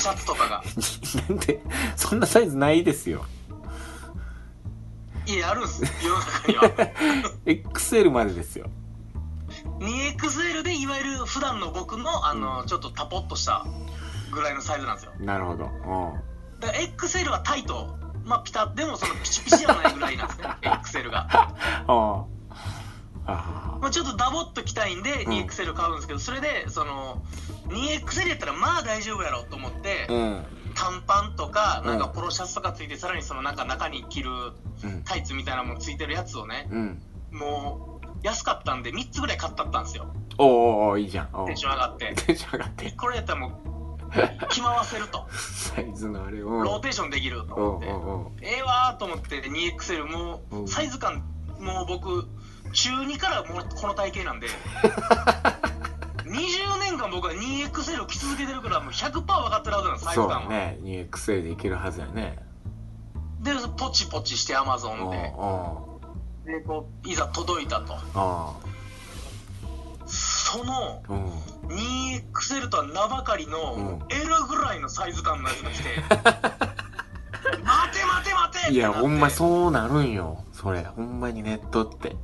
[SPEAKER 2] シャツとかが。
[SPEAKER 1] なんで、そんなサイズないですよ。
[SPEAKER 2] いや、あるんです、世の中には。
[SPEAKER 1] XL までですよ。
[SPEAKER 2] 2XL でいわゆる普段の僕のあのちょっとタポッとしたぐらいのサイズなんですよ
[SPEAKER 1] なるほど。
[SPEAKER 2] だから XL はタイトまあピタでもそのピチピチではないぐらいなん ですね XL が、
[SPEAKER 1] うん。うん。あ
[SPEAKER 2] まあ、ちょっとダボっときたいんで
[SPEAKER 1] うん
[SPEAKER 2] 2XL 買うんですけどそれでその 2XL やったらまあ大丈夫やろと思って
[SPEAKER 1] あ。うん。
[SPEAKER 2] 短パンとか
[SPEAKER 1] うん
[SPEAKER 2] なんかポロシャツとかついてさらにそのなんか中に着る
[SPEAKER 1] うん。
[SPEAKER 2] タイツみたいなもんついてるやつをね
[SPEAKER 1] うん。
[SPEAKER 2] もう安かったんで3つぐらい買ったったんですよ
[SPEAKER 1] おうおうおういいじゃん。おう
[SPEAKER 2] テンション上がって
[SPEAKER 1] テンション上がって。
[SPEAKER 2] これやったらもう 着回せると
[SPEAKER 1] サイズのあれを。
[SPEAKER 2] ローテーションできると
[SPEAKER 1] おう
[SPEAKER 2] 思っ
[SPEAKER 1] お
[SPEAKER 2] て
[SPEAKER 1] うおう
[SPEAKER 2] ええわーと思って 2XL も
[SPEAKER 1] うん
[SPEAKER 2] うサイズ感もう僕中2からもうこの体型なんで 20年間僕は 2XL を着続けてるからもう100%分かってるはずなんですサイズ
[SPEAKER 1] そう
[SPEAKER 2] 感は、
[SPEAKER 1] ね。2XL でいけるはずやね。
[SPEAKER 2] でポチポチして Amazon
[SPEAKER 1] おう
[SPEAKER 2] で
[SPEAKER 1] おう
[SPEAKER 2] でこういざ届いたと
[SPEAKER 1] お
[SPEAKER 2] その
[SPEAKER 1] ううん。
[SPEAKER 2] 2XL とは名ばかりの
[SPEAKER 1] うん
[SPEAKER 2] L ぐらいのサイズ感のやつが 来て待て待て待てって
[SPEAKER 1] いや、
[SPEAKER 2] なって
[SPEAKER 1] ほんまそうなるんよ。それ。ほんまにネットって。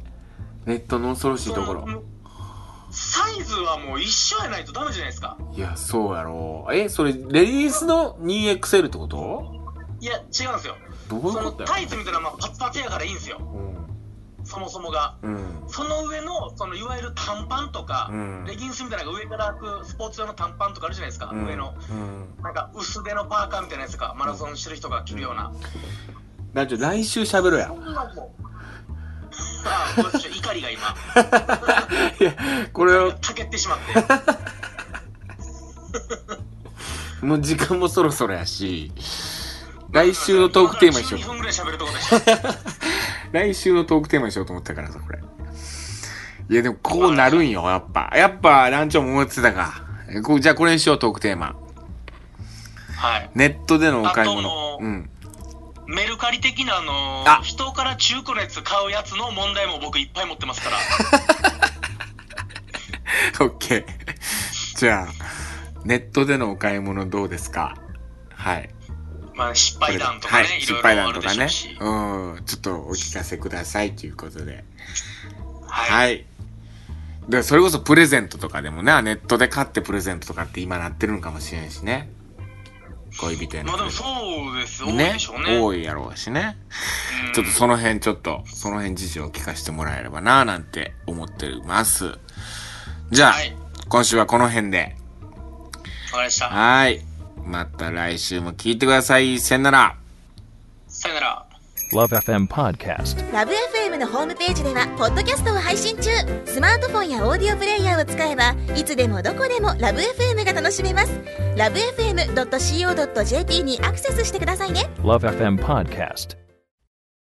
[SPEAKER 1] ネットの恐ろしいところ。
[SPEAKER 2] サイズはもう一緒やないとダメじゃないですか
[SPEAKER 1] いや、そうやろ。え、それ、レディースの 2XL ってこと
[SPEAKER 2] いや違うんですよ
[SPEAKER 1] どういう
[SPEAKER 2] そ
[SPEAKER 1] こ
[SPEAKER 2] の
[SPEAKER 1] と
[SPEAKER 2] タ
[SPEAKER 1] や
[SPEAKER 2] イツみたいなのはまあパツパツやからいいんですよ
[SPEAKER 1] うん。
[SPEAKER 2] そもそもが
[SPEAKER 1] うん。
[SPEAKER 2] その上のそのいわゆる短パンとか、
[SPEAKER 1] うん
[SPEAKER 2] レギンスみたいなのが上から開くスポーツ用の短パンとかあるじゃないですか、
[SPEAKER 1] うん
[SPEAKER 2] 上の
[SPEAKER 1] うん。
[SPEAKER 2] なんか薄手のパーカーみたいなやつとかマラソンしてる人が着るような、
[SPEAKER 1] だって来週喋ろうや
[SPEAKER 2] そ。んなもうああどうでしょう怒りが今
[SPEAKER 1] いや、これは、
[SPEAKER 2] たけってしまって
[SPEAKER 1] もう時間もそろそろやし、来週のトークテーマにしよ
[SPEAKER 2] 12
[SPEAKER 1] う。
[SPEAKER 2] 分ぐらい喋るとこでした
[SPEAKER 1] 来週のトークテーマにしようと思ったからさ、これ。いや、でもこうなるんよ、やっぱ。やっぱ、ランチョンも思ってたか。えこじゃあこれにしよう、トークテーマ。
[SPEAKER 2] はい
[SPEAKER 1] ネットでのお買い
[SPEAKER 2] あ
[SPEAKER 1] 物。
[SPEAKER 2] と
[SPEAKER 1] う
[SPEAKER 2] の
[SPEAKER 1] ん。
[SPEAKER 2] メルカリ的なあの
[SPEAKER 1] あ
[SPEAKER 2] 人から中古のやつ買うやつの問題も僕いっぱい持ってますから
[SPEAKER 1] オッケー。 じゃあ、ネットでのお買い物どうですかはい。
[SPEAKER 2] まあ、失敗談とか
[SPEAKER 1] はい
[SPEAKER 2] ね、い、
[SPEAKER 1] 失
[SPEAKER 2] ろいろ
[SPEAKER 1] 敗
[SPEAKER 2] あ
[SPEAKER 1] 談
[SPEAKER 2] る
[SPEAKER 1] とか
[SPEAKER 2] でしょ
[SPEAKER 1] ね
[SPEAKER 2] うし、。
[SPEAKER 1] うん。ちょっとお聞かせくださいということで。
[SPEAKER 2] はい。
[SPEAKER 1] はい。で、それこそプレゼントとかでもな、ネットで買ってプレゼントとかって今なってるんかもしれんしね。恋人への
[SPEAKER 2] まあ
[SPEAKER 1] プレゼン
[SPEAKER 2] でもそうです、
[SPEAKER 1] ト。
[SPEAKER 2] 多いでしょうね。
[SPEAKER 1] 多いやろうしね。
[SPEAKER 2] うん
[SPEAKER 1] ちょっとその辺ちょっと、その辺事情を聞かせてもらえればなぁなんて思ってます。じゃあ、
[SPEAKER 2] はい
[SPEAKER 1] 今週はこの辺で。
[SPEAKER 2] わかりました。
[SPEAKER 1] はい。また来週も聞いてください。さよなら。
[SPEAKER 2] さよなら。
[SPEAKER 3] Love FM Podcast.
[SPEAKER 4] ラブ f m のホームページではポッドキャストを配信中スマートフォンやオーディオプレイヤーを使えばいつでもどこでもラブ f m が楽しめますラブ FM.co.jp にアクセスしてくださいね
[SPEAKER 3] Love FM Podcast.